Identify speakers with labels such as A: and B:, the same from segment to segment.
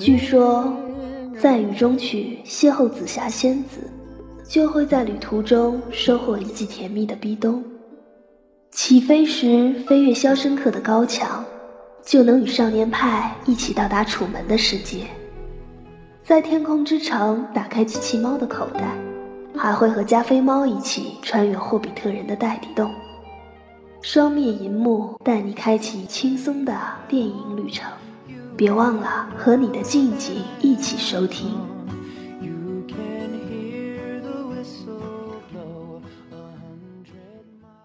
A: 据说，在雨中曲邂逅紫霞仙子，就会在旅途中收获一记甜蜜的壁咚。起飞时飞越肖申克的高墙，就能与少年派一起到达楚门的世界。在天空之城打开机器猫的口袋，还会和加菲猫一起穿越霍比特人的袋底洞。双面银幕带你开启轻松的电影旅程，别忘了和你的静静一起收听。
B: You can hear the whistle blow a hundred miles.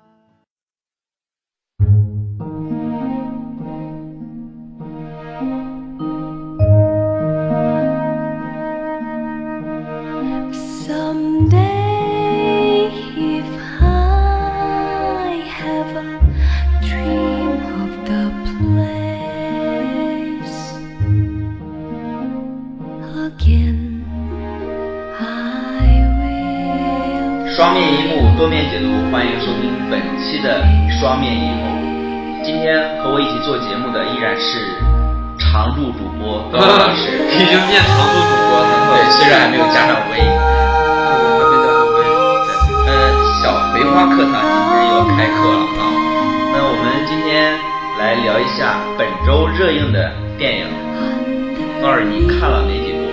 C: 双面一幕，多面解读，欢迎收听本期的双面一幕。今天和我一起做节目的依然是常驻主播高老师，
D: 已经变常驻主播 了。
C: 对，虽然还没有加上微，
D: 我还没加上微。
C: 呃，小葵花课堂今天要开课了啊。那我们今天来聊一下本周热映的电影。高老师，你看了哪几部？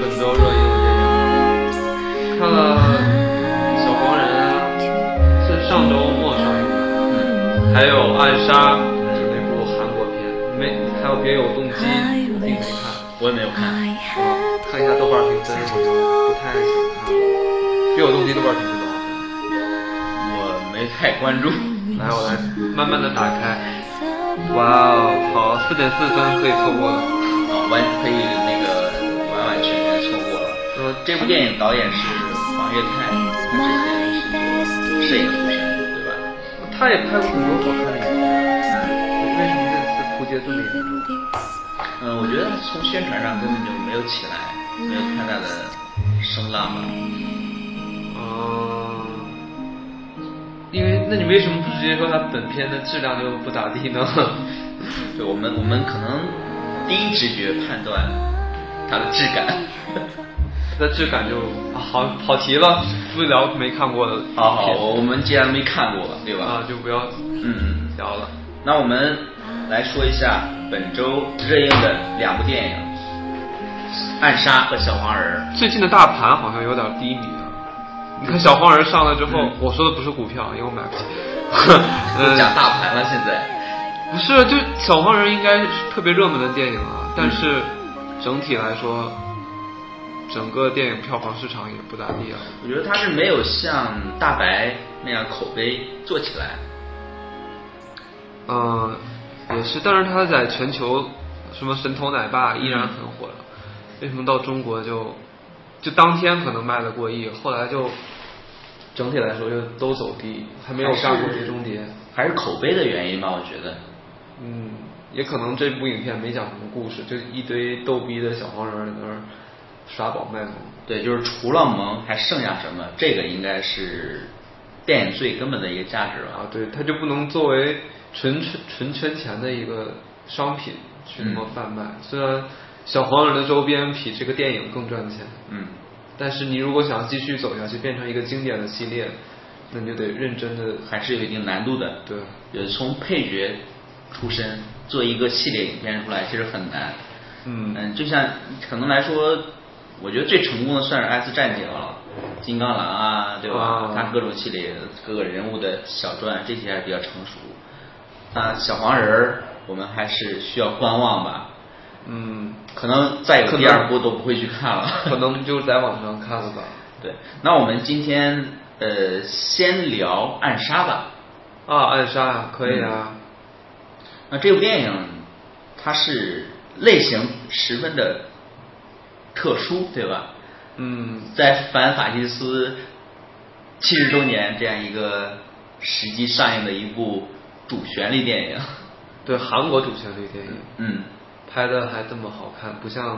D: 本周热映的电影，看了《小黄人》啊，是上周末上映的，还有《暗杀》，就是那部韩国片，没，还有《别有动机》，我并没看。
C: 我也没有看。
D: 看一下豆瓣评分，我就不太想看了。《别有动机》豆瓣评分多少分？
C: 我没太关注。
D: 来，我来慢慢的打开。哇哦，好，四点四分可以错过了。
C: 啊，完可以那个完完全全错过了。
D: 呃，
C: 这部电影导演是黄岳泰，他之前是摄影出身，对吧？
D: 他也拍过很多好看的影片，为什么这次扑街这么严重？
C: 嗯，我觉得从宣传上根本就没有起来，没有太大的声浪吧。
D: 啊，因为那你为什么不直接说它本片的质量就不咋地呢？
C: 对我们，我们可能第一直觉判断它的质感。
D: 它的质感就、啊、好跑题了，不聊没看过的
C: 好好，
D: 片
C: 我我们既然没看过，对吧
D: 啊？就不要
C: 嗯，
D: 聊了。
C: 那我们来说一下本周热映的两部电影《暗杀》和《小黄人》。
D: 最近的大盘好像有点低迷啊。你看小黄人上了之后，我说的不是股票，因为我买不起。
C: 都
D: 嗯，
C: 讲大盘了，现在。
D: 不是，就小黄人应该是特别热门的电影啊，但是整体来说，整个电影票房市场也不咋地啊。
C: 我觉得他是没有像大白那样口碑做起来。
D: 嗯，也是，但是它在全球什么神偷奶爸依然很火的，
C: 嗯
D: 为什么到中国就就当天可能卖了过亿，后来就整体来说就都走低，还没有
C: 还是
D: 杀过碟中谍。
C: 还是口碑的原因吧，我觉得。
D: 嗯，也可能这部影片没讲什么故事，就一堆逗逼的小黄人儿在那儿耍宝卖萌。
C: 对，就是除了萌还剩下什么？这个应该是电影最根本的一个价值吧
D: 啊。，对，它就不能作为纯纯纯圈钱的一个商品去
C: 嗯
D: 那么贩卖。虽然小黄人的周边比这个电影更赚钱，
C: 嗯，
D: 但是你如果想继续走下去，变成一个经典的系列，那你就得认真的
C: 还是有一定难度的。
D: 对，
C: 也从配角出身做一个系列影片出来，其实很难。
D: 嗯
C: 嗯，就像可能来说，我觉得最成功的算是《S 战警》了，《金刚狼》啊，对吧
D: 啊？
C: 它各种系列、各个人物的小传，这些还比较成熟。那小黄人儿，我们还是需要观望吧。
D: 嗯，
C: 可能再有
D: 可能
C: 第二部都不会去看了。
D: 可能就在网上看了吧。
C: 对，那我们今天呃，先聊暗杀吧。
D: 啊，暗杀啊，可以啊。
C: 那这部电影它是类型十分的特殊，对吧？
D: 嗯，
C: 在反法西斯七十周年这样一个时机上映的一部主旋律电影，
D: 对，韩国主旋律电影
C: 嗯，
D: 拍的还这么好看，不像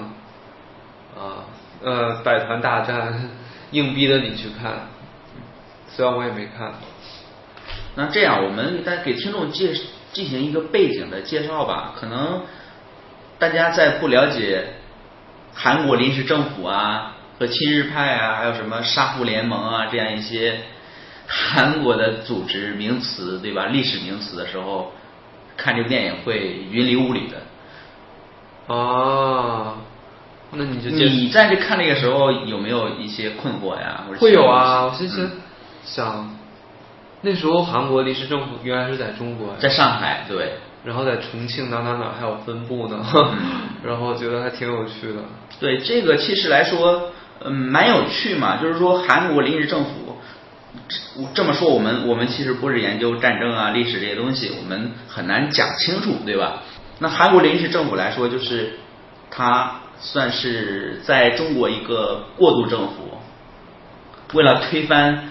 D: 啊呃百团大战硬逼着你去看，虽然我也没看。
C: 那这样，我们再给听众介进行一个背景的介绍吧。可能大家在不了解韩国临时政府啊和亲日派啊，还有什么沙湖联盟啊这样一些韩国的组织名词，对吧？历史名词的时候，看这部电影会云里雾里的。
D: 啊，那你就接
C: 你在这看这个时候有没有一些困惑呀？或者
D: 会有啊，我是
C: 是嗯
D: 想想，那时候韩国临时政府原来是在中国呀，
C: 在上海，对，
D: 然后在重庆哪哪哪还有分部呢，
C: 嗯
D: 然后觉得还挺有趣的。
C: 对这个其实来说，嗯，蛮有趣嘛。就是说，韩国临时政府，这这么说，我们我们其实不是研究战争啊、历史这些东西，我们很难讲清楚，对吧？那韩国临时政府来说，就是它算是在中国一个过渡政府，为了推翻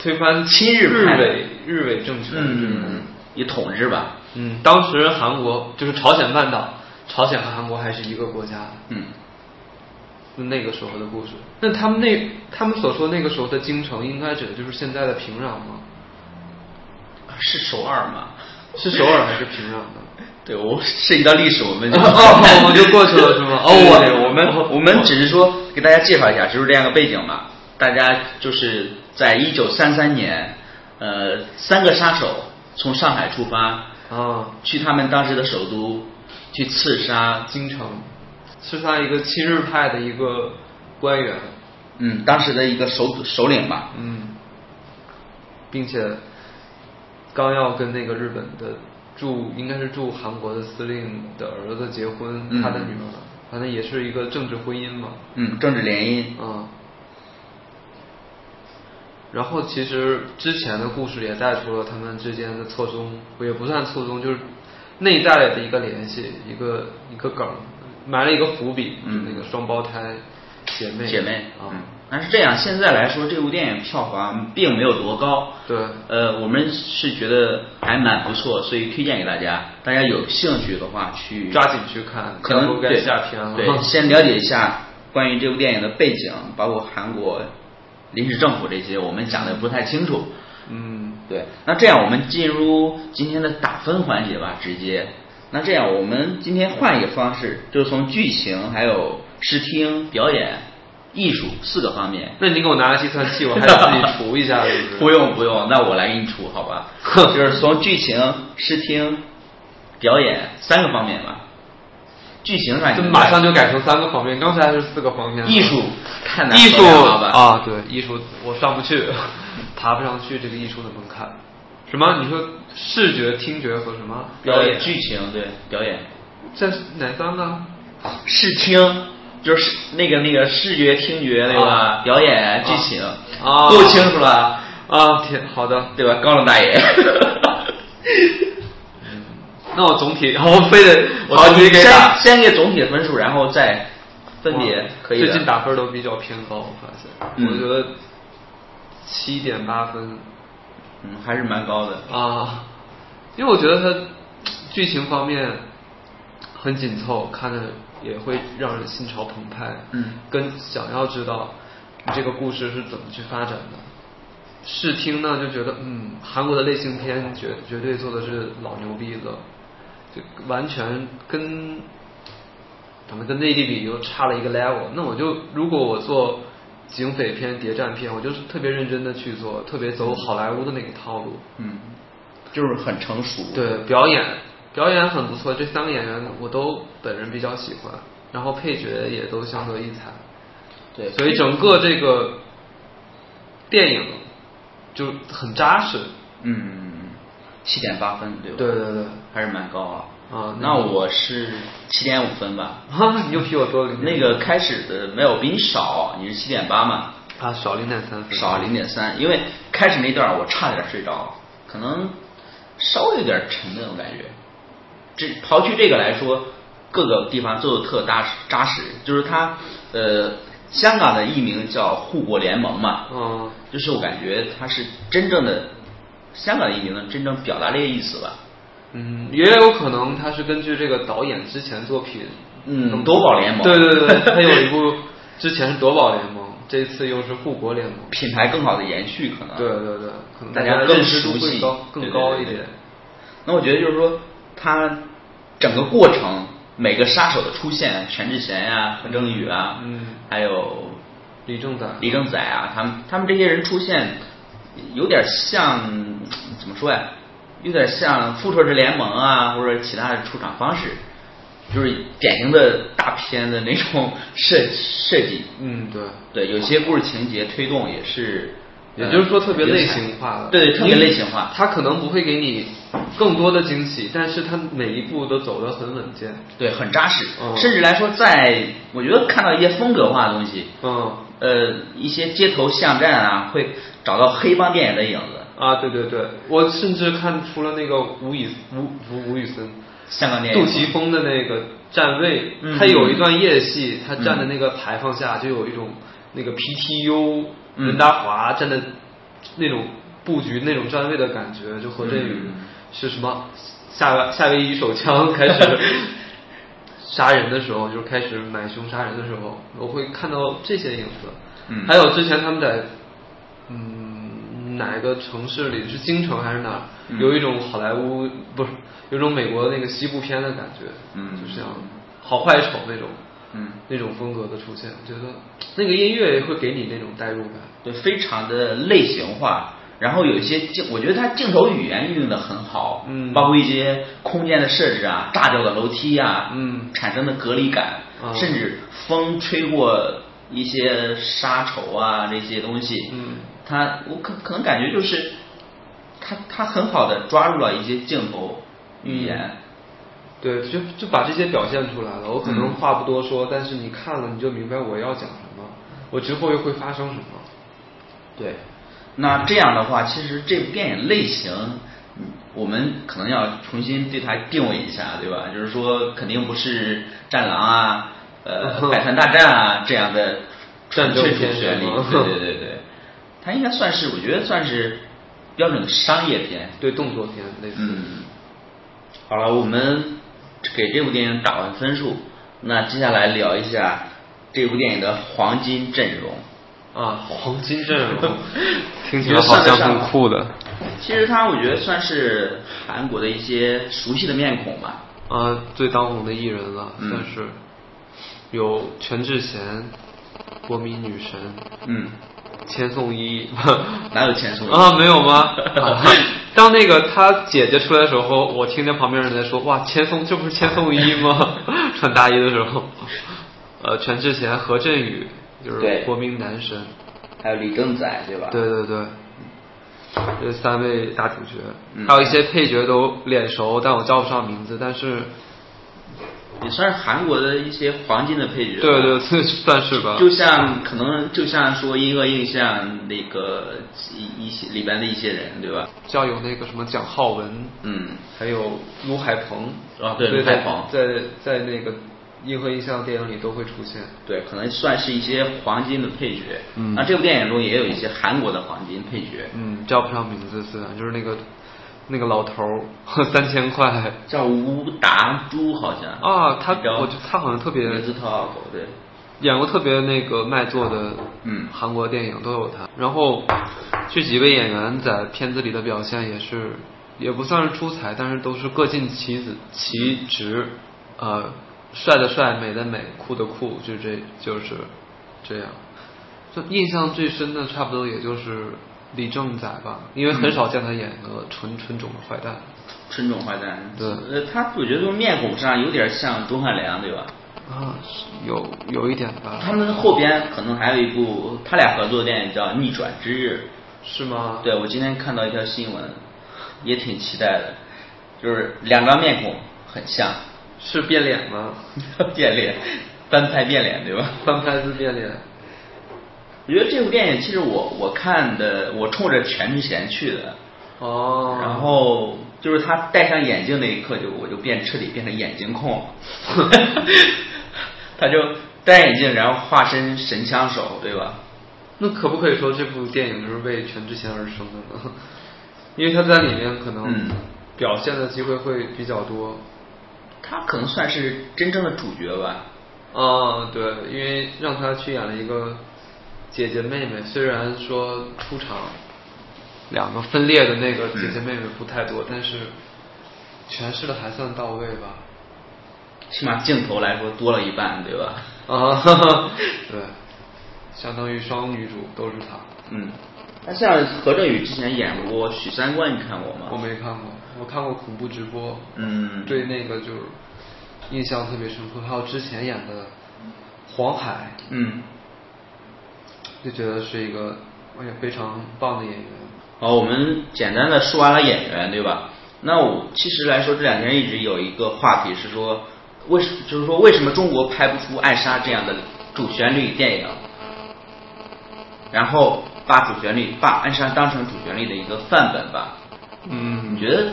D: 推翻
C: 亲日
D: 日
C: 派
D: 伪日伪政权，
C: 嗯一统治吧，
D: 嗯，当时韩国就是朝鲜半岛，朝鲜和韩国还是一个国家，
C: 嗯，
D: 那个时候的故事。那他们那他们所说那个时候的京城，应该指的就是现在的平壤吗？
C: 是首尔嘛？
D: 是首尔还是平壤呢？
C: 对我 涉及到历史，我 们就
D: 哦，我们就过去了是吗？哦，
C: 对对
D: 我
C: 对我们我们只是说给大家介绍一下，就是这样一个背景嘛。大家就是在一九三三年，呃，三个杀手从上海出发，
D: 啊，
C: 去他们当时的首都去刺杀，
D: 京城是他一个亲日派的一个官员，
C: 嗯，当时的一个首首领吧，
D: 嗯，并且刚要跟那个日本的驻应该是驻韩国的司令的儿子结婚，
C: 嗯
D: 他的女儿，反正也是一个政治婚姻嘛，
C: 嗯，政治联姻，
D: 嗯。然后其实之前的故事也带出了他们之间的错综，也不算错综，就是内在的一个联系，一个一个梗，埋了一个伏笔，
C: 嗯
D: 就是那个双胞胎姐妹
C: 姐妹，
D: 啊、
C: 嗯，但是这样现在来说，这部电影票房并没有多高，
D: 对
C: 呃，我们是觉得还蛮不错，所以推荐给大家，大家有兴趣的话去
D: 抓紧去看，
C: 可
D: 要
C: 能
D: 不该
C: 对
D: 下片了。
C: 对，先了解一下关于这部电影的背景，包括韩国临时政府这些，我们讲的不太清楚。
D: 嗯，
C: 对，那这样我们进入今天的打分环节吧，直接。那这样我们今天换一个方式，就是从剧情、还有视听、表演、艺术四个方面。
D: 那你给我拿个计算器，我 还得自己除 一下，是
C: 不
D: 是？
C: 用不用，那我来给你出好 吧？就是从剧情、视听、表演三个方面吧。剧情上
D: 这
C: 你
D: 马上就改成三个方面，刚才是四个方面了。
C: 艺术太难
D: 艺哎术
C: 衡量了吧
D: 啊，对，艺术我上不去， 爬不上去这个艺术的门槛。什么？你说视觉、听觉和什么
C: 表演剧情对表演，
D: 这是哪三个？
C: 视听就是那个那个视觉听觉对吧？啊表演剧情
D: 啊
C: 够清楚了
D: 啊，天，好的。
C: 对吧？高冷大 爷，
D: 那我总体， 我非得我
C: 好，
D: 总
C: 哦你
D: 体给
C: 先
D: 打，
C: 先给总体的分数，然后再分别
D: 哇
C: 可以的
D: 最近打分都比较偏高，我发现，
C: 嗯
D: 我觉得七点八分
C: 嗯还是蛮高的
D: 啊，因为我觉得它剧情方面很紧凑，看着也会让人心潮澎湃。
C: 嗯
D: 跟想要知道你这个故事是怎么去发展的。试听呢，就觉得嗯，韩国的类型片绝绝对做的是老牛逼了，就完全跟咱们跟内地比又差了一个 level。那我就如果我做警匪片、谍战片，我就是特别认真的去做，特别走好莱坞的那个套路。
C: 嗯，就是很成熟
D: 对，表演表演很不错，这三个演员我都本人比较喜欢，然后配角也都相得益彰，
C: 对，
D: 所以整个这个电影就很扎实。
C: 嗯七点八分对吧？
D: 对对对，
C: 还是蛮高啊。
D: 啊那
C: 那我是七点五分吧。
D: 啊，你又比我多零
C: 那个开始的没有比你少，你是七点八嘛，
D: 啊少零点三分，
C: 少零点三，因为开始那段我差点睡着，可能稍微有点沉的那种感觉。这刨去这个来说，各个地方做的特扎实扎实，就是它呃，香港的译名叫护国联盟嘛，
D: 嗯
C: 就是我感觉它是真正的香港的译名呢，真正表达这个意思吧。
D: 嗯，也有可能他是根据这个导演之前作品，
C: 嗯，夺宝联盟，
D: 对对对，他有一部之前是夺宝联盟，这次又是护国联盟。
C: 品牌更好的延续可能。
D: 对对对，可能
C: 啊大家
D: 认
C: 更
D: 识度
C: 熟
D: 会
C: 悉
D: 高，更高一点。
C: 对。对对那我觉得就是说，它整个过程每个杀手的出现，全智贤呀、何正宇啊，
D: 嗯
C: 还有
D: 李正宰，
C: 李正宰啊，他们他们这些人出现，有点像怎么说呀？有点像复仇者联盟啊，或者其他的出场方式，就是典型的大片的那种设设计。
D: 嗯，对，
C: 对，有些故事情节推动也是，
D: 也就是说
C: 呃
D: 特别
C: 有
D: 类
C: 彩
D: 型化的，
C: 对对，特别
D: 你
C: 类型化。
D: 它可能不会给你更多的惊喜，但是它每一步都走得很稳健。
C: 对，很扎实，
D: 嗯
C: 甚至来说在，我觉得看到一些风格化的东西，
D: 嗯，
C: 呃，一些街头巷战啊，会找到黑帮电影的影子，
D: 啊，对对对，我甚至看出了那个吴宇吴吴吴宇森、
C: 香港电影。
D: 杜琪峰的那个站位，
C: 嗯
D: 他有一段夜戏，他站在那个牌坊下，就有一种那个 PTU
C: 嗯
D: 任达华站的那种布局、那种站位的感觉，就和振宇
C: 嗯
D: 是什么夏威夏威夷手枪开始杀人的时候，就是开始买凶杀人的时候，我会看到这些影子。
C: 嗯
D: 还有之前他们在嗯哪个城市里是京城还是哪儿，
C: 嗯
D: 有一种好莱坞不是有种美国那个西部片的感觉，
C: 嗯
D: 就像好坏丑那种，
C: 嗯
D: 那种风格的出现，觉得那个音乐会给你那种代入感。
C: 对，非常的类型化。然后有一些镜，我觉得它镜头语言运用的很好，
D: 嗯
C: 包括一些空间的设置啊，炸掉的楼梯啊，
D: 嗯
C: 产生的隔离感，
D: 啊
C: 甚至风吹过一些沙绸啊这些东西，
D: 嗯
C: 它我可可能感觉就是它它很好的抓住了一些镜头语言，
D: 嗯对，就就把这些表现出来了。我可
C: 嗯
D: 能话不多说，但是你看了你就明白我要讲什么，我之后又会发生什么。
C: 对，那这样的话，其实这部电影类型，嗯我们可能要重新对它定位一下，对吧？就是说，肯定不是《战狼》啊，呃， 《百团大战啊》这样的
D: 战
C: 纯
D: 争
C: 粹主
D: 片
C: 旋律
D: 是吗，
C: 对对对对，它应该算是，我觉得算是标准的商业片。
D: 对动作片类似，
C: 嗯，好了，我们给这部电影打完分数，那接下来聊一下这部电影的黄金阵容。，
D: 啊，黄金阵容
C: 听起来好像很酷的其实他我觉得算是韩国的一些熟悉的面孔吧。
D: 啊，最当红的艺人了，
C: 嗯
D: 算是有全智贤、国民女神、
C: 嗯，
D: 千颂伊，
C: 哪有钱颂伊
D: 啊？没有吗？啊当那个她姐姐出来的时候，我听见旁边人在说：“哇，千颂这不是千颂伊吗？” 穿大衣的时候，呃，全智贤、何振宇就是
C: 对啊
D: 国民男神，
C: 还有李正宰对吧？
D: 对对对，这三位大主角，
C: 嗯
D: 还有一些配角都脸熟，但我叫不上名字，但是
C: 也算是韩国的一些黄金的配角。
D: 对对，这算是吧。
C: 就像可能就像说《一恶印象》那个一一些里边的一些人对吧？
D: 像有那个什么蒋浩文，
C: 嗯，
D: 还有卢海鹏
C: 啊对卢海鹏
D: 在在在那个《银河印象》电影里都会出现。
C: 对，可能算是一些黄金的配角。
D: 嗯
C: 那这部电影中也有一些韩国的黄金配角，
D: 嗯，叫不上名字，虽然就是那个那个老头儿， 三千块
C: 叫吴达洙好像。
D: 啊，他
C: 比较
D: 我觉得他好像特别
C: 名字特拗口，对。
D: 演过特别那个卖座的，
C: 嗯
D: 韩国电影都有他。然后这几位演员在片子里的表现也是，也不算是出彩，但是都是各尽其子其职，呃，帅的帅，美的美，酷的酷，就这就是这样。就印象最深的，差不多也就是李正宰吧，因为
C: 嗯
D: 很少见他演个纯纯种的坏蛋。
C: 纯种坏蛋，
D: 对
C: 呃，他我觉得从面孔上有点像钟汉良，对吧？
D: 啊，是有有一点吧。
C: 他们后边可能还有一部他俩合作的电影叫《逆转之日
D: 是吗》，？
C: 对我今天看到一条新闻，也挺期待的，就是两张面孔很像，
D: 是变脸吗？
C: 变脸，翻拍变脸，对吧？
D: 翻拍自变脸。
C: 我觉得这部电影其实我我看的，我冲着全智贤去的，
D: 哦，
C: 然后就是他戴上眼镜那一刻就，我就变彻底变成眼睛控， 他就戴眼镜，然后化身神枪手，对吧？
D: 那可不可以说这部电影就是为全智贤而生的呢？ 因为他在里面可能
C: 嗯
D: 表现的机会会比较多。
C: 他可能算是真正的主角吧。
D: 啊，对，因为让他去演了一个姐姐妹妹，虽然说出场两个分裂的那个姐嗯姐妹妹不太多，但是诠释的还算到位吧。
C: 其起码镜头来说多了一半，对吧？
D: 啊，哈哈， 对，相当于双女主都是她。
C: 嗯，那像何振宇之前演过《许三观》，你看过吗？
D: 我没看过，我看过恐怖直播，
C: 嗯
D: 对那个就是印象特别深刻。还有之前演的黄海，
C: 嗯，
D: 就觉得是一个哎呀非常棒的演员。
C: 好，呃我们简单的说完了演员，对吧？那我其实来说，这两年一直有一个话题是说，为什就是说为什么中国拍不出《暗杀》这样的主旋律电影？然后把主旋律把《暗杀》当成主旋律的一个范本吧？
D: 嗯
C: 你觉得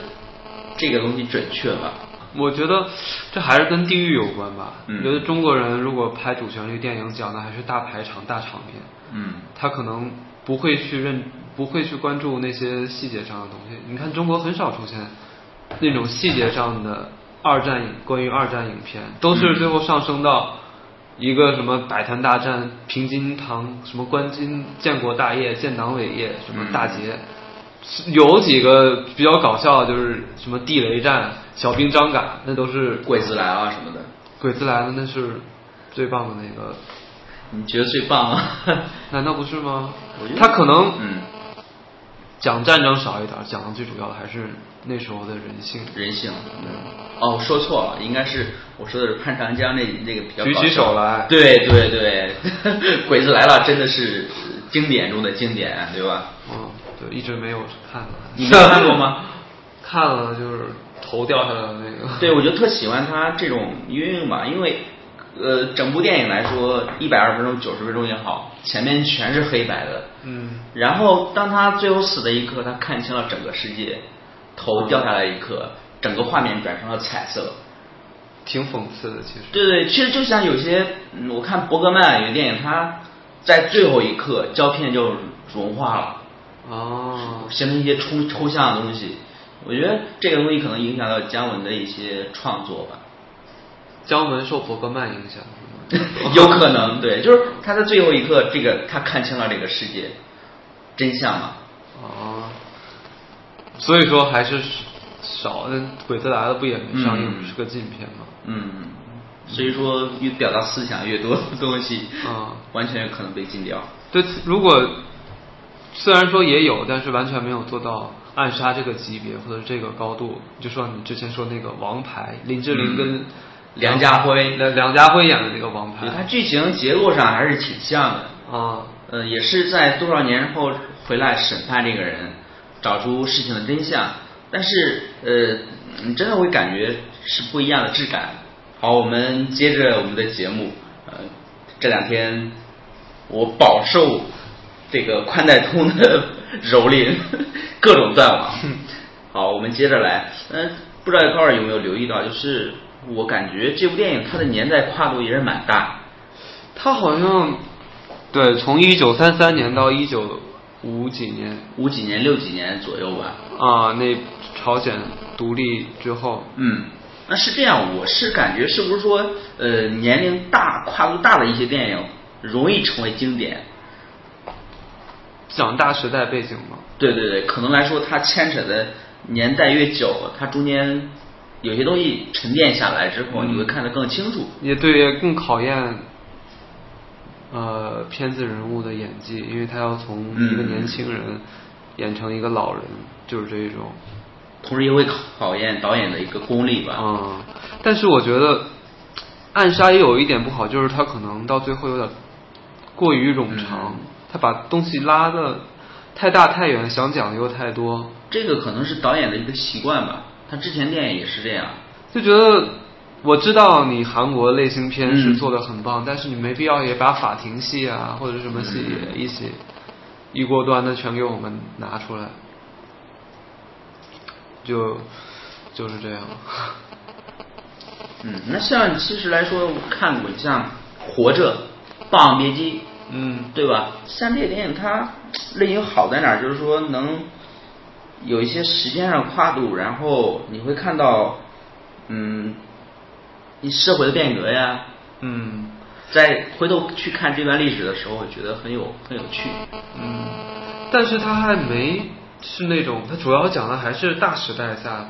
C: 这个东西准确吗？
D: 我觉得这还是跟地域有关吧。
C: 嗯
D: 我觉得中国人如果拍主旋律电影，讲的还是大排场、大场面，
C: 嗯
D: 他可能不会去认，不会去关注那些细节上的东西。你看中国很少出现那种细节上的二战影，关于二战影片，都
C: 嗯
D: 是最后上升到一个什么百团大战、平津堂、什么关津建国大业、建党伟业、什
C: 嗯
D: 么大捷。有几个比较搞笑，的就是什么地雷战、小兵张嘎，那都是
C: 鬼子来了啊什么的，
D: 鬼子来了，那是最棒的那个，
C: 你觉得最棒吗？
D: 难道不是吗
C: 我觉？得
D: 他可能
C: 嗯，
D: 讲战争少一点，讲的最主要的还是那时候的人性。
C: 人性。哦，我说错了，应该是我说的是潘长江那那个比较
D: 举
C: 搞
D: 起
C: 笑
D: 手来
C: 对对对， 鬼子来了真的是经典中的经典，对吧？
D: 嗯，对，一直没有看。
C: 你没看过吗？
D: 看了，就是头掉下来的那个。
C: 对，我就特喜欢他这种运用吧，因为呃，整部电影来说，一百二十分钟、九十分钟也好，前面全是黑白的，
D: 嗯，
C: 然后当他最后死的一刻，他看清了整个世界，头掉下来一刻，整个画面转成了彩色。
D: 挺讽刺的，其实。
C: 对对，其实就像有些，嗯我看伯格曼有个电影，他在最后一刻胶片就融化了，
D: 哦，
C: 啊形成一些抽抽象的东西。我觉得这个东西可能影响到姜文的一些创作 吧，
D: 姜文受伯格曼影响。
C: 有可能对，就是他在最后一刻，这个他看清了这个世界真相嘛。
D: 哦，所以说还是少。那《鬼子来了》不也没上映，
C: 嗯
D: 是个禁片吗？
C: 嗯，所以说越表达思想越多的东西，
D: 啊
C: 完全有可能被禁掉。
D: 对，如果虽然说也有，但是完全没有做到暗杀这个级别或者这个高度。就说你之前说那个《王牌》，林志玲跟
C: 嗯梁家辉
D: 梁梁家辉演的那个《王牌
C: 对，它》剧情结构上还是挺像的。
D: 啊，
C: 呃，也是在多少年后回来审判这个人，找出事情的真相。但是，呃，你真的会感觉是不一样的质感。好，我们接着我们的节目。呃，这两天我饱受这个宽带通的 蹂躏，各种断网。 好，我们接着来。嗯、不知道高二有没有留意到，就是我感觉这部电影它的年代跨度也是蛮大。
D: 他好像对，从一九三三年到一九五几年
C: 五几年、六几年左右吧，
D: 啊，那朝鲜独立之后，
C: 嗯，那是这样，我是感觉是不是说，呃，年龄大、跨度大的一些电影容易成为经典？
D: 讲大时代背景嘛。
C: 对对对，可能来说它牵扯的年代越久，它中间有些东西沉淀下来之后，你会看得更清楚。
D: 也对，更考验呃片子人物的演技，因为他要从一个
C: 嗯
D: 年轻人演成一个老人，就是这一种。
C: 同时也会考验导演的一个功力吧。
D: 嗯，但是我觉得暗杀也有一点不好，就是他可能到最后有点过于冗
C: 嗯
D: 长，他把东西拉的太大太远，想讲的又太多，
C: 这个可能是导演的一个习惯吧，他之前电影也是这样。
D: 就觉得我知道你韩国类型片是
C: 嗯
D: 做的很棒，但是你没必要也把法庭戏啊或者什么戏
C: 嗯
D: 一起一锅端的全给我们拿出来，就就是这样。
C: 嗯，那像其实来说，我看过像《活着》《霸王别姬》，
D: 嗯
C: 对吧？像这些电影它类型好在哪儿？就是说能有一些时间上的跨度，然后你会看到，嗯，你社会的变革呀，
D: 嗯
C: 在回头去看这段历史的时候，我觉得很有很有趣。
D: 嗯，但是他还没是那种，他主要讲的还是大时代下的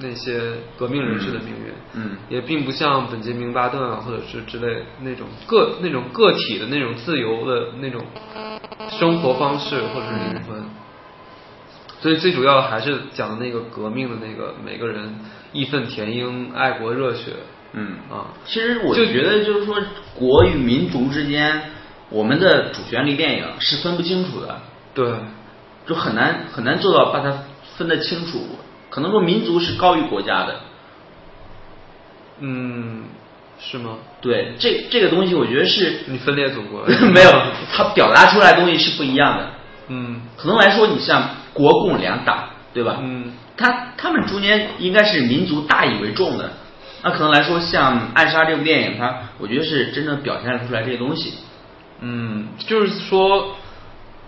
D: 那些革命人士的命运，
C: 嗯嗯
D: 也并不像本杰明·巴顿啊，或者是之类那种个那种个体的那种自由的那种生活方式或者是灵魂。
C: 嗯
D: 所以最主要的还是讲那个革命的那个每个人义愤填膺、爱国热血。
C: 嗯
D: 啊，
C: 其实我
D: 就
C: 觉得就是说，国与民族之间，我们的主旋律电影是分不清楚的，
D: 对，
C: 就很难很难做到把它分得清楚。可能说民族是高于国家的，
D: 嗯，是吗？
C: 对这这个东西，我觉得是
D: 你分裂祖国
C: 没有它表达出来的东西是不一样的。
D: 嗯
C: 可能来说，你像国共两党，对吧？
D: 嗯
C: 他他们中间应该是民族大以为重的。那可能来说，像《暗杀》这部电影，它我觉得是真正表现出来这些东西。
D: 嗯，就是说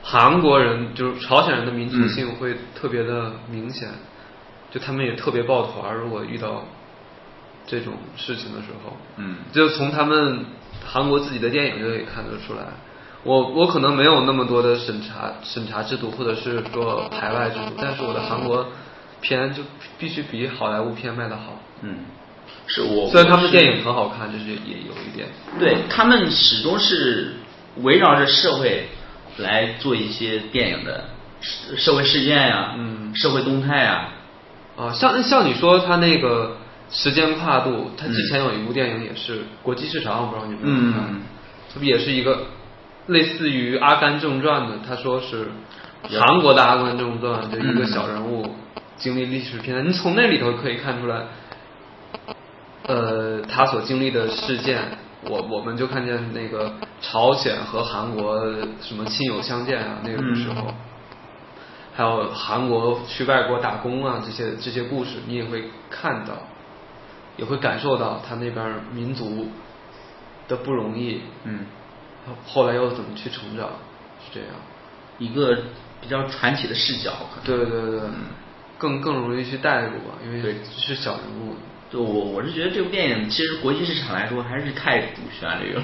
D: 韩国人就是朝鲜人的民族性会特别的明显，就他们也特别抱团儿。如果遇到这种事情的时候，
C: 嗯
D: 就从他们韩国自己的电影就可以看得出来。我我可能没有那么多的审查审查制度，或者是说排外制度，但是我的韩国片就必须比好莱坞片卖的好。
C: 嗯，是我
D: 虽然他们的
C: 我是
D: 电影很好看，就是也有一点，
C: 对他们始终是围绕着社会来做一些电影的社社会事件呀、
D: 嗯
C: 社会动态呀、
D: 啊，像像你说他那个时间跨度，他
C: 嗯
D: 之前有一部电影也是国际市场，我不知道你有没有
C: 嗯
D: 看，这不也是一个类似于《阿甘正传》的？他说是韩国的《阿甘正传》，就一个
C: 嗯
D: 小人物经历历史片段，你从那里头可以看出来，呃，他所经历的事件。我我们就看见那个朝鲜和韩国什么亲友相见啊，那个时候，
C: 嗯
D: 还有韩国去外国打工啊，这些这些故事你也会看到，也会感受到他那边儿民族的不容易，
C: 嗯，
D: 后后来又怎么去成长，是这样。
C: 一个比较传奇的视角。可能
D: 对对对对，更更容易去带入吧，因
C: 嗯对
D: 为是小人物。
C: 就我我是觉得这部电影其实国际市场来说还是太主旋律了，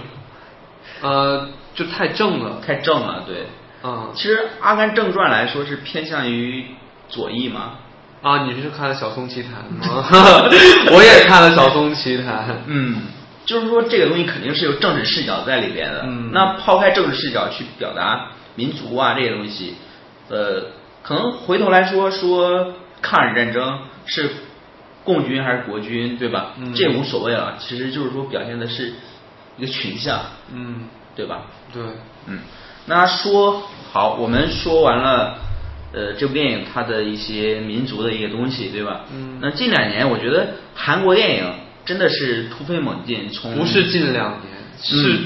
D: 呃，就太正了，
C: 太正了。对，
D: 啊、
C: 其实《阿甘正传》来说是偏向于左翼嘛。
D: 啊！你是看了《小松奇谈》吗？ 我也看了《小松奇谈》。
C: 嗯，就是说这个东西肯定是有政治视角在里边的。
D: 嗯
C: 那抛开政治视角去表达民族啊这些东西，呃，可能回头来说说抗日战争是共军还是国军，对吧？
D: 嗯
C: 这无所谓了，其实就是说表现的是一个群像，
D: 嗯，
C: 对吧？
D: 对，
C: 嗯，那说好，我们说完了，呃，这部电影它的一些民族的一些东西，对吧？
D: 嗯
C: 那近两年，我觉得韩国电影真的是突飞猛进，从
D: 不是近两年，是
C: 嗯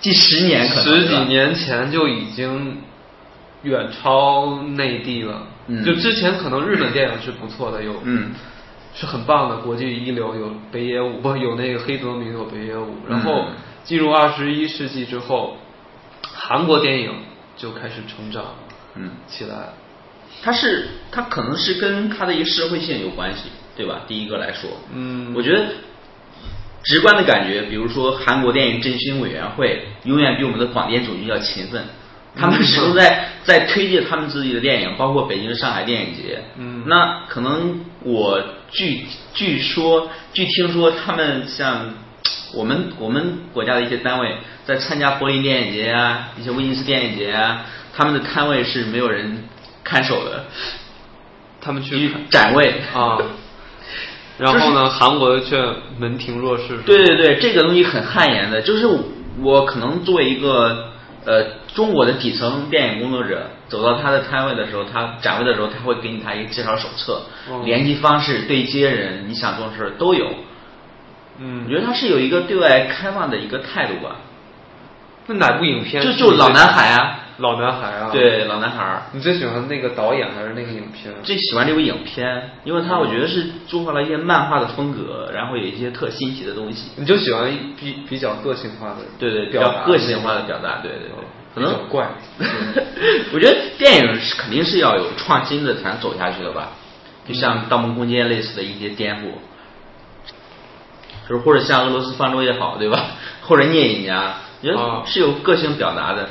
C: 近十年，可能
D: 十几，
C: 对吧
D: 年前就已经远超内地了。
C: 嗯
D: 就之前可能日本电影是不错的，有
C: 嗯
D: 是很棒的，国际一流有北野武，不有那个黑泽明，有北野武。然后
C: 嗯
D: 进入二十一世纪之后，韩国电影就开始成长
C: 嗯，
D: 起来。
C: 它是它可能是跟它的一个社会性有关系，对吧？第一个来说，
D: 嗯
C: 我觉得。直观的感觉，比如说韩国电影振兴委员会永远比我们的广电总局要勤奋，他们始终在在推介他们自己的电影，包括北京、上海电影节。
D: 嗯
C: 那可能我据据说据听说，他们像我们我们国家的一些单位在参加柏林电影节啊，一些威尼斯电影节啊，他们的摊位是没有人看守的，
D: 他们去
C: 去展位
D: 啊，然后呢，韩国却门庭若市。
C: 对对对，这个东西很汗颜的，就是我可能作为一个呃中国的底层电影工作者，走到他的摊位的时候，他展位的时候，他会给你他一个介绍手册，
D: 哦
C: 联系方式、对接人，你想做的事儿都有。我
D: 嗯，
C: 觉得他是有一个对外开放的一个态度吧，
D: 那哪部影片
C: 就是就
D: 你
C: 老
D: 最
C: 男孩啊，
D: 老男孩啊，
C: 对老男孩儿，
D: 你最喜欢那个导演还是那个影片？
C: 最喜欢这部影片，因为他我觉得是做到了一些漫画的风格，然后有一些特新奇的东西。
D: 你就喜欢比比较个性化的，
C: 对对，比
D: 表
C: 较
D: 达
C: 个性化的表达，对对对，哦可能
D: 比较怪
C: 我觉得电影是肯定是要有创新的才能走下去的吧，就像《盗梦空间》类似的一些颠覆，就是或者像俄罗斯方舟也好，对吧？或者聂隐娘，我觉
D: 啊
C: 得是有个性表达的。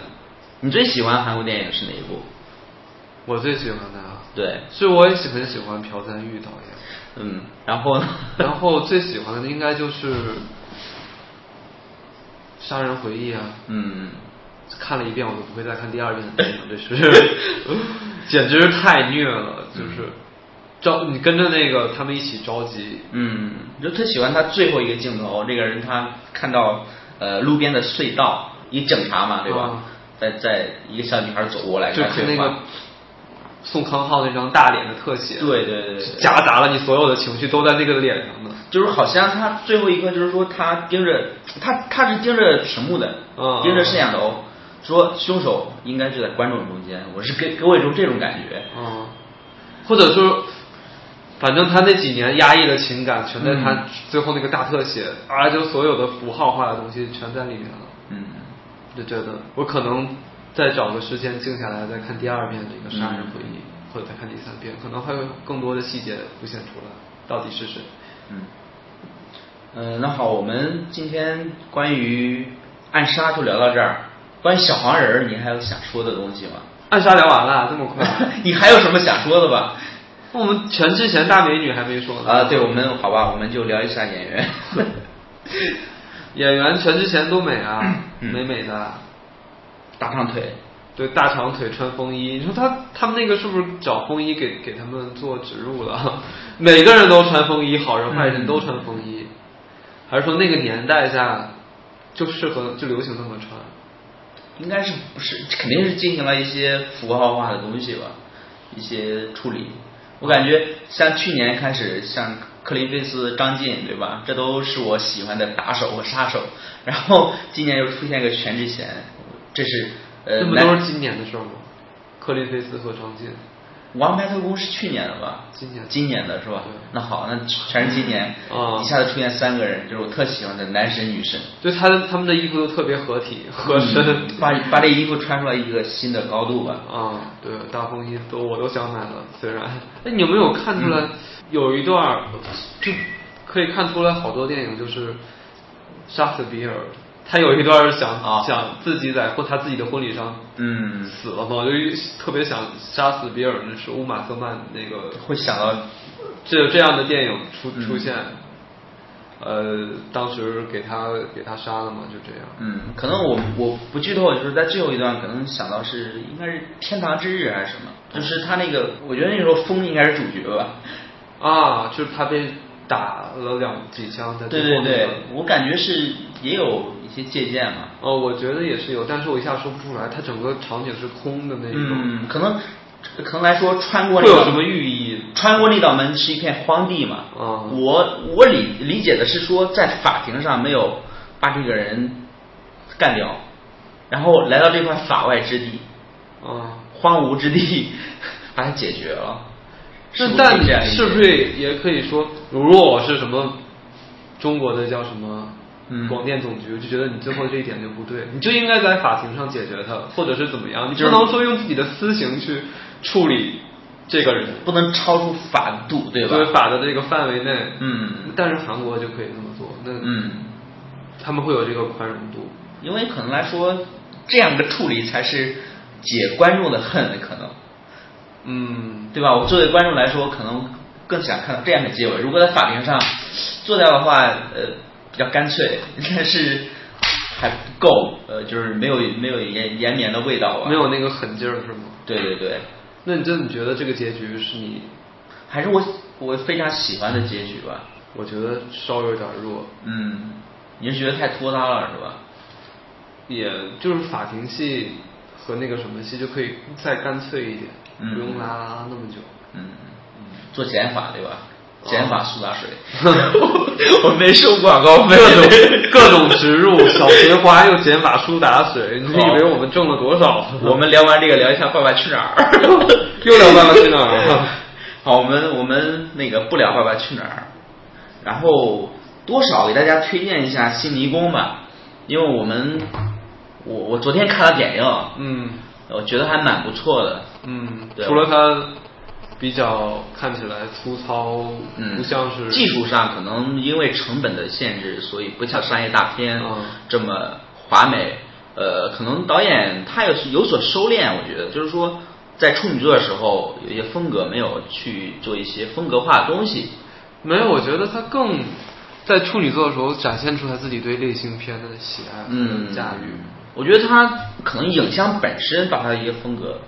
C: 你最喜欢韩国电影是哪一部？
D: 我最喜欢的啊，
C: 对，
D: 是我也喜很喜欢朴赞玉导演，
C: 嗯，然后呢？
D: 然后最喜欢的应该就是《杀人回忆》啊，
C: 嗯，
D: 看了一遍我都不会再看第二遍的电影，这是 简直是太虐了，就是着你跟着那个他们一起着急，
C: 嗯，就特喜欢他最后一个镜头，那个人他看到呃路边的隧道，一警察嘛，对吧？
D: 啊
C: 在在一个小女孩走过来，
D: 就
C: 跟他
D: 是那
C: 对话
D: 个宋康昊那张大脸的特写，
C: 对对对对对
D: 夹杂了你所有的情绪都在那个脸上呢。
C: 就是好像他最后一刻就是说他盯着他他是盯着屏幕的，
D: 嗯
C: 盯着摄像头，说凶手应该是在观众中间，我是给给我一种这种感觉，
D: 嗯，或者说，反正他那几年压抑的情感全在他
C: 嗯
D: 最后那个大特写，而就所有的符号化的东西全在里面了。
C: 嗯，
D: 就觉得我可能再找个时间静下来再看第二遍这个《杀人回忆》
C: 嗯
D: 或者再看第三遍，可能还有更多的细节浮现出来，到底是谁？
C: 嗯，嗯，那好，我们今天关于暗杀就聊到这儿。关于小黄人儿，你还有想说的东西吗？
D: 暗杀聊完了，这么快？
C: 你还有什么想说的吧？
D: 我们全智贤大美女还没说呢。
C: 啊，对，我们好吧，我们就聊一下演员。
D: 演员全智贤多美啊，
C: 嗯
D: 美美的，啊
C: 大长腿，
D: 对，大长腿穿风衣，你说他他们那个是不是找风衣给给他们做植入了？ 每个人都穿风衣，好人坏人
C: 嗯
D: 都穿风衣，还是说那个年代下就适合就流行那么穿？
C: 应该是不是肯定是进行了一些符号化的东西吧，一些处理。我感觉像去年开始，像克林菲斯、张晋，对吧？这都是我喜欢的打手和杀手。然后今年又出现个全智贤，这是呃，
D: 那不
C: 男
D: 都是今年的事儿吗？克林菲斯和张晋，
C: 王牌特工是去年的吧？
D: 今年
C: 今年的是吧
D: 对？
C: 那好，那全是今年，
D: 啊
C: 一下子出现三个人，就是我特喜欢的男神女神。
D: 就他的他们的衣服都特别合体合身
C: 嗯把把这衣服穿出来一个新的高度吧。
D: 啊、对，大风衣都我都想买了，虽然， 哎，你有没有看出来、有一段儿就可以看出来好多电影就是杀死比尔，他有一段儿想、
C: 啊
D: 想自己在婚他自己的婚礼上
C: 嗯，
D: 死了嘛，我就特别想杀死比尔，那是乌玛瑟曼那个
C: 会想到
D: 这这样的电影出
C: 嗯
D: 出现。呃，当时给他给他杀了嘛，就这样。
C: 嗯，可能我我不剧透，就是在最后一段，可能想到是应该是天堂之日还是什么，就是他那个，我觉得那时候风应该是主角吧。
D: 啊，就是他被打了两几枪在最
C: 对
D: 后
C: 对
D: 呃那个
C: 对，我感觉是也有一些借鉴嘛。
D: 哦，我觉得也是有，但是我一下说不出来，它整个场景是空的那一种，
C: 嗯，可能可能来说穿过
D: 会
C: 那
D: 有
C: 道
D: 什么寓意？
C: 穿过那道门是一片荒地嘛。
D: 嗯
C: 我我理理解的是说，在法庭上没有把这个人干掉，然后来到这块法外之地，
D: 啊，
C: 荒芜之 地，把它解决了。
D: 那
C: 是不是
D: 但
C: 这样理解
D: 是不是也可以说，如果我是什么中国的叫什么
C: 嗯
D: 广电总局，就觉得你最后这一点就不对，你就应该在法庭上解决它，或者是怎么样？你
C: 就
D: 不
C: 是
D: 能说用自己的私刑去处理这个人，
C: 不能超出法度，对吧？
D: 作为法的这个范围内。
C: 嗯
D: 但是韩国就可以这么做，那
C: 嗯，
D: 他们会有这个宽容度。
C: 因为可能来说，这样的处理才是解观众的恨的，可能
D: 嗯，
C: 对吧？我作为观众来说，可能更想看到这样的结尾。如果在法庭上做掉的话，呃，比较干脆，但是还不够，呃，就是没有没有延延绵的味道吧？
D: 没，有那个狠劲儿是吗？
C: 对对对，
D: 那你真的觉得这个结局是你？
C: 还是我我非常喜欢的结局吧。
D: 我觉得稍微有点弱，
C: 嗯，你是觉得太拖沓了是吧？
D: 也就是法庭戏和那个什么戏就可以再干脆一点，
C: 嗯
D: 不用拉那么久。
C: 嗯，做减法对吧？
D: 哦
C: 减法苏打水， 我没收广告费，
D: 各种各种植入，小棉花又减法苏打水，你以为我们挣了多 少？，
C: 我们聊完这个，聊一下《爸爸去哪儿》
D: 又聊《爸爸去哪儿》了。
C: 好，我们我们那个不聊《爸爸去哪儿》，然后多少给大家推荐一下《新迷宫》吧，因为我们我我昨天看了点映，
D: 嗯
C: 我觉得还蛮不错的。
D: 嗯，
C: 对
D: 除了它比较看起来粗糙，
C: 嗯，
D: 不像是
C: 技术上可能因为成本的限制，所以不像商业大片
D: 嗯
C: 这么华美。呃，可能导演他有有所收敛，我觉得就是说在处女座的时候，有一些风格没有去做一些风格化的东西。
D: 没有，我觉得他更在处女座的时候展现出他自己对类型片的喜爱和
C: 嗯，
D: 驾驭。
C: 我觉得他可能影像本身把他的一个风格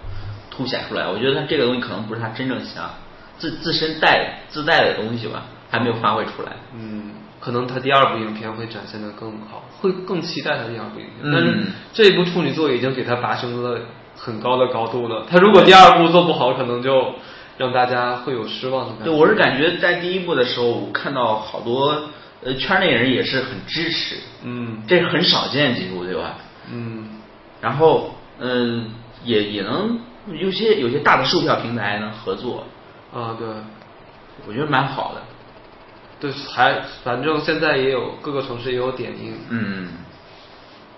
C: 凸显出来，我觉得他这个东西可能不是他真正想自自身带自带的东西吧，还没有发挥出来。
D: 嗯，可能他第二部影片会展现的更好，会更期待他第二部影片。
C: 嗯
D: 但是这一部处女座已经给他拔升了很高的高度了，他如果第二部做不好，可能就让大家会有失望的感觉。
C: 对，我是感觉在第一部的时候，我看到好多呃圈内人也是很支持，
D: 嗯
C: 这很少见几乎对吧？
D: 嗯，
C: 然后嗯、也也能有些有些大的售票平台能合作，
D: 啊对。
C: 我觉得蛮好的。
D: 对，还反正现在也有各个城市也有点映，
C: 嗯，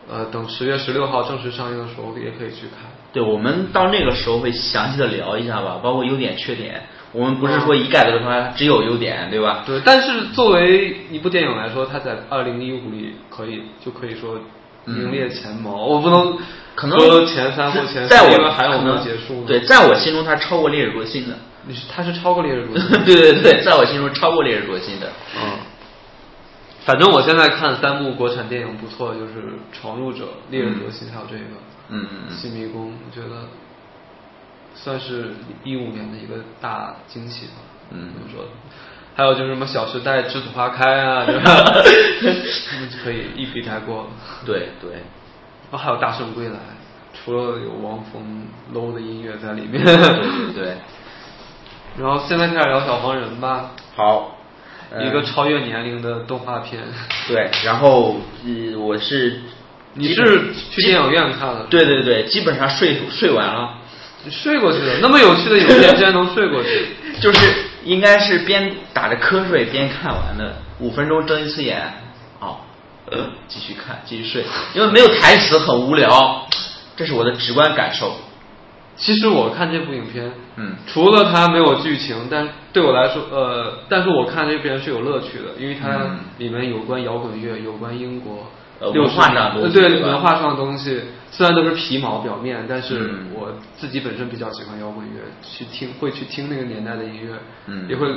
D: 呃，等十月十六号正式上映的时候也可以去看。
C: 对，我们到那个时候会详细的聊一下吧，包括优点缺点。我们不是说一概的说它只有优点，对吧？
D: 对，但是作为一部电影来说，它在二零一五里可以就可以说名列前茅，我不能
C: 嗯可能
D: 说前三或前四，
C: 在我
D: 因为还有
C: 可
D: 没有
C: 能
D: 结束呢？
C: 对，，在我心中它超过《烈日灼心》的。
D: 你是它是超过《烈日灼心》
C: 对对对，在我心中超过《烈日灼心》的。
D: 嗯，反正我现在看三部国产电影不错，就是《闯入者》《烈日灼心》还有这个
C: 嗯
D: 《新迷宫》，我觉得算是一五年的一个大惊喜吧。
C: 嗯
D: 怎么说？还有就是什么《小时代》《栀子花开》啊， 对吧？可以一笔带过。
C: 对对，
D: 哦，还有《大圣归来》，除了有汪峰 low 的音乐在里面。
C: 对对对。
D: 然后现在开始聊《小黄人》吧，
C: 好，呃
D: 一个超越年龄的动画片。
C: 对，然后呃，我是
D: 你
C: 基本
D: 是去电影院看的？
C: 对对对，基本上睡睡完了，
D: 你睡过去的，那么有趣的影片竟然能睡过去。
C: 就是应该是边打着瞌睡边看完的，五分钟睁一次眼，哦，呃继续看，继续睡，因为没有台词很无聊，这是我的直观感受。
D: 其实我看这部影片，
C: 嗯
D: 除了它没有剧情，但对我来说，呃，但是我看这边是有乐趣的，因为它
C: 嗯
D: 里面有关摇滚乐，有关英国。
C: 呃
D: 60
C: 文化上的东西
D: 呃对
C: 对吧
D: 文化上的东西，虽然都是皮毛表面，但是
C: 嗯
D: 我自己本身比较喜欢摇滚乐，去听会去听那个年代的音乐，
C: 嗯
D: 也会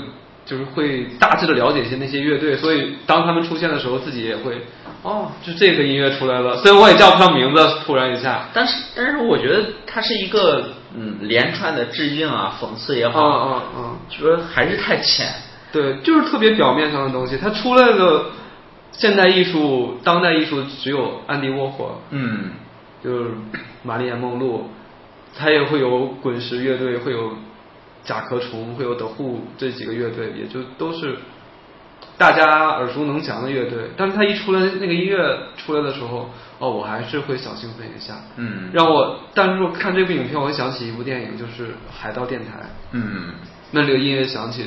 D: 就是会大致的了解一些那些乐队，所以当他们出现的时候，自己也会哦，就这个音乐出来了，虽然我也叫不上名字，突然一下，
C: 但是但是我觉得它是一个嗯连串的致敬啊，讽刺也
D: 嗯
C: 好，
D: 嗯嗯，
C: 觉得还是太浅。
D: 对，就是特别表面上的东西。它出来的现代艺术、当代艺术只有安迪沃霍，
C: 嗯，
D: 就是玛丽莲梦露，它也会有滚石乐队，会有甲壳虫，会有 The Who 这几个乐队，也就都是大家耳熟能详的乐队。但是它一出来那个音乐出来的时候，哦，我还是会小兴奋一下。
C: 嗯
D: 让我，但是我看这部影片，我会想起一部电影，就是《海盗电台》。
C: 嗯，
D: 那这个音乐响起，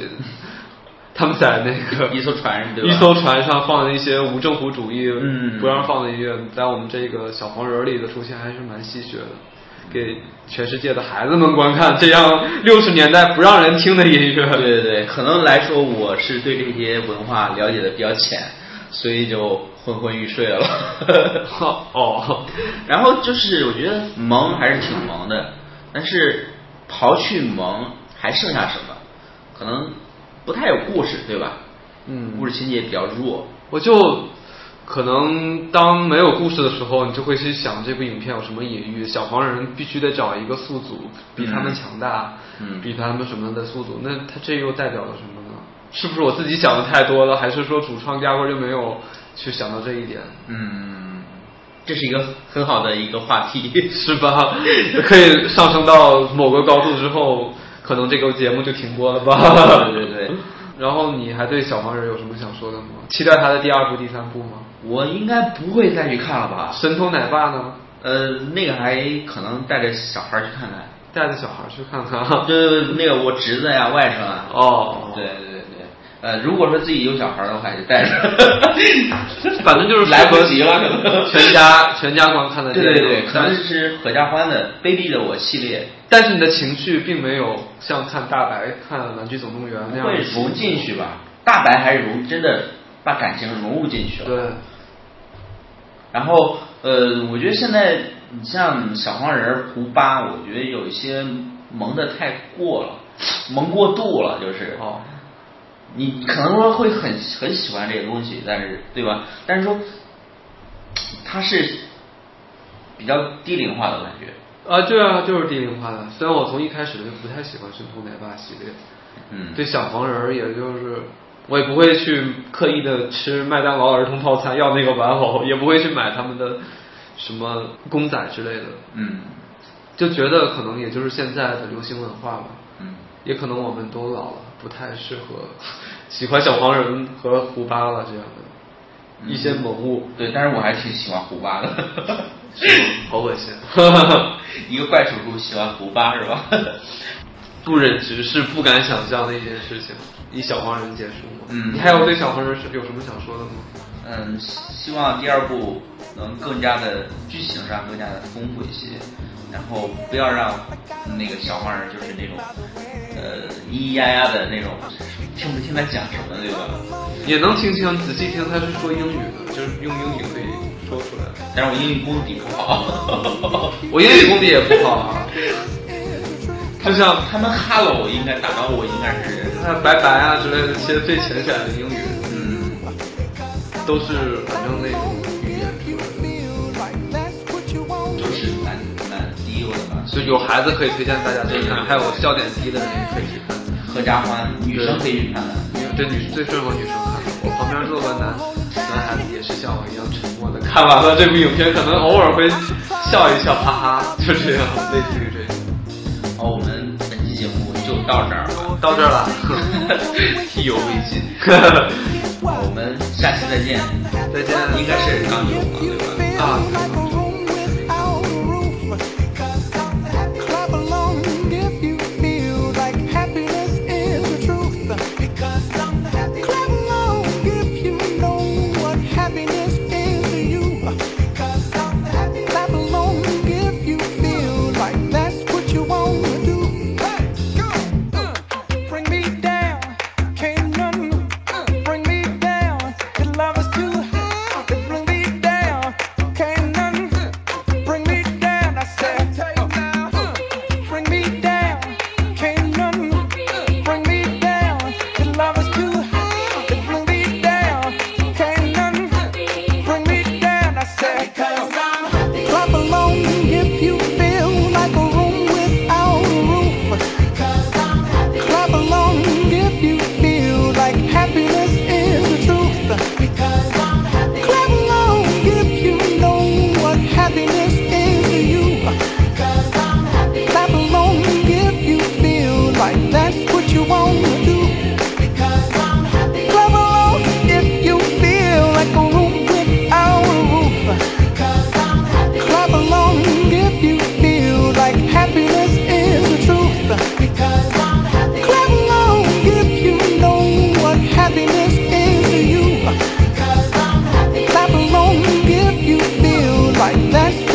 D: 他们在那个
C: 一艘船对吧
D: 一艘船上放了一些无政府主义
C: 嗯
D: 不让放的音乐，在我们这个小黄人儿里的出现还是蛮戏谑的，给全世界的孩子们观看这样六十年代不让人听的音 乐。
C: 对对对，可能来说我是对这些文化了解的比较浅，所以就昏昏欲睡了。
D: 哦，
C: 然后就是我觉得萌还是挺萌的，但是刨去萌还剩下什么？可能不太有故事，对吧？
D: 嗯
C: 故事情节比较弱。
D: 我就可能当没有故事的时候，你就会去想这部影片有什么隐喻。小黄人必须得找一个宿主比他们强大，
C: 嗯
D: 比他们什么的宿主，那他这又代表了什么呢？是不是我自己想的太多了，还是说主创压根儿就没有去想到这一点？
C: 嗯，这是一个很好的一个话题。
D: 是吧？可以上升到某个高度之后，可能这个节目就停播了吧？
C: 对对对。
D: 然后你还对小黄人有什么想说的吗？期待他的第二部、第三部吗？
C: 我应该不会再去看了吧？
D: 神偷奶爸呢？
C: 呃，那个还可能带着小孩儿去看看。
D: 带着小孩去 看看。
C: 对对对，那个我侄子呀、外甥啊。
D: 哦
C: 对对对对，呃，如果说自己有小孩儿的话，就带 着。
D: 反正就是
C: 来
D: 适合
C: 不及了，可能。
D: 全家全家观看的
C: 对
D: 电影，
C: 对对，可
D: 但
C: 能
D: 是
C: 是合家欢的《卑鄙的我》系列，
D: 但是你的情绪并没有像看大白、看《玩具总动员》那样
C: 会
D: 的
C: 融进去吧？大白还是融，真的把感情融入进去了。。
D: 对，
C: 然后呃，我觉得现在你像小黄人儿、胡巴，我觉得有一些萌的太过了，萌过度了，就是。
D: 哦，
C: 你可能说会很很喜欢这个东西，但是对吧？但是说它是比较低龄化的，我感觉。
D: 啊，对啊，就是低龄化的。虽然我从一开始就不太喜欢神偷奶爸系列，
C: 嗯
D: 对小黄人儿，也就是我也不会去刻意的吃麦当劳儿童套餐，要那个玩偶，也不会去买他们的什么公仔之类的，
C: 嗯
D: 就觉得可能也就是现在的流行文化吧，
C: 嗯
D: 也可能我们都老了，不太适合喜欢小黄人和胡巴了这样
C: 嗯
D: 的一些萌 物，
C: 对，但是我还挺喜欢胡巴的，
D: 是吗好恶心。
C: 一个怪叔叔喜欢胡巴是吧？
D: 不忍直视、不敢想象的一件事情，以小黄人结束吗？
C: 嗯
D: 你还有对小黄人是有什么想说的吗？
C: 嗯，希希望第二部能更加的剧情上更加的丰富一些，然后不要让那个小黄人就是那种呃咿咿呀呀的那种，听不听他讲什么，对吧？
D: 也能听清，仔细听，他是说英语的，就是用英语可以说出来。
C: 但是我英语功底不好，
D: 我英语功底也不好啊， 就像
C: 他们哈喽应该打到我应该是
D: 他拜拜啊之类的，其实最浅显的英语
C: 嗯
D: 都是反正那种语言出来的。
C: 就是蛮蛮低幼的嘛，
D: 就有孩子可以推荐大家去看，还有笑点低的人也可以去看。
C: 合家欢，女生可以去看看。
D: 这女最适合女生看的。我旁边坐个男男孩子也是像我一样沉默的看完了这部影片，可能偶尔会笑一笑，哈哈，就这样，类似于这样。
C: 好，哦我们本期节目就到这儿吧，
D: 到这儿了，意犹未 尽。
C: 我们下期再见，
D: 再见，
C: 应该是刚有嘛，对吧？
D: 啊。
E: Bring me down, can't none bring me down. Your love is too high to bring me down. Can't none bring me down. I said, bring me down. Can't none bring me down. Your love is too high to bring me down. Can't none bring me down. I said, clap along if you feel like a room without a roof. Clap along if you feel like happiness is the truth. Clap along if you know what happiness is to you. Clap along if you feel like that's what you want to do. Clap along if you feel like a room without a roof. Clap along if you feel like happiness is the truth. Clap along if you know what happiness is to you. Clap along if you feel like that's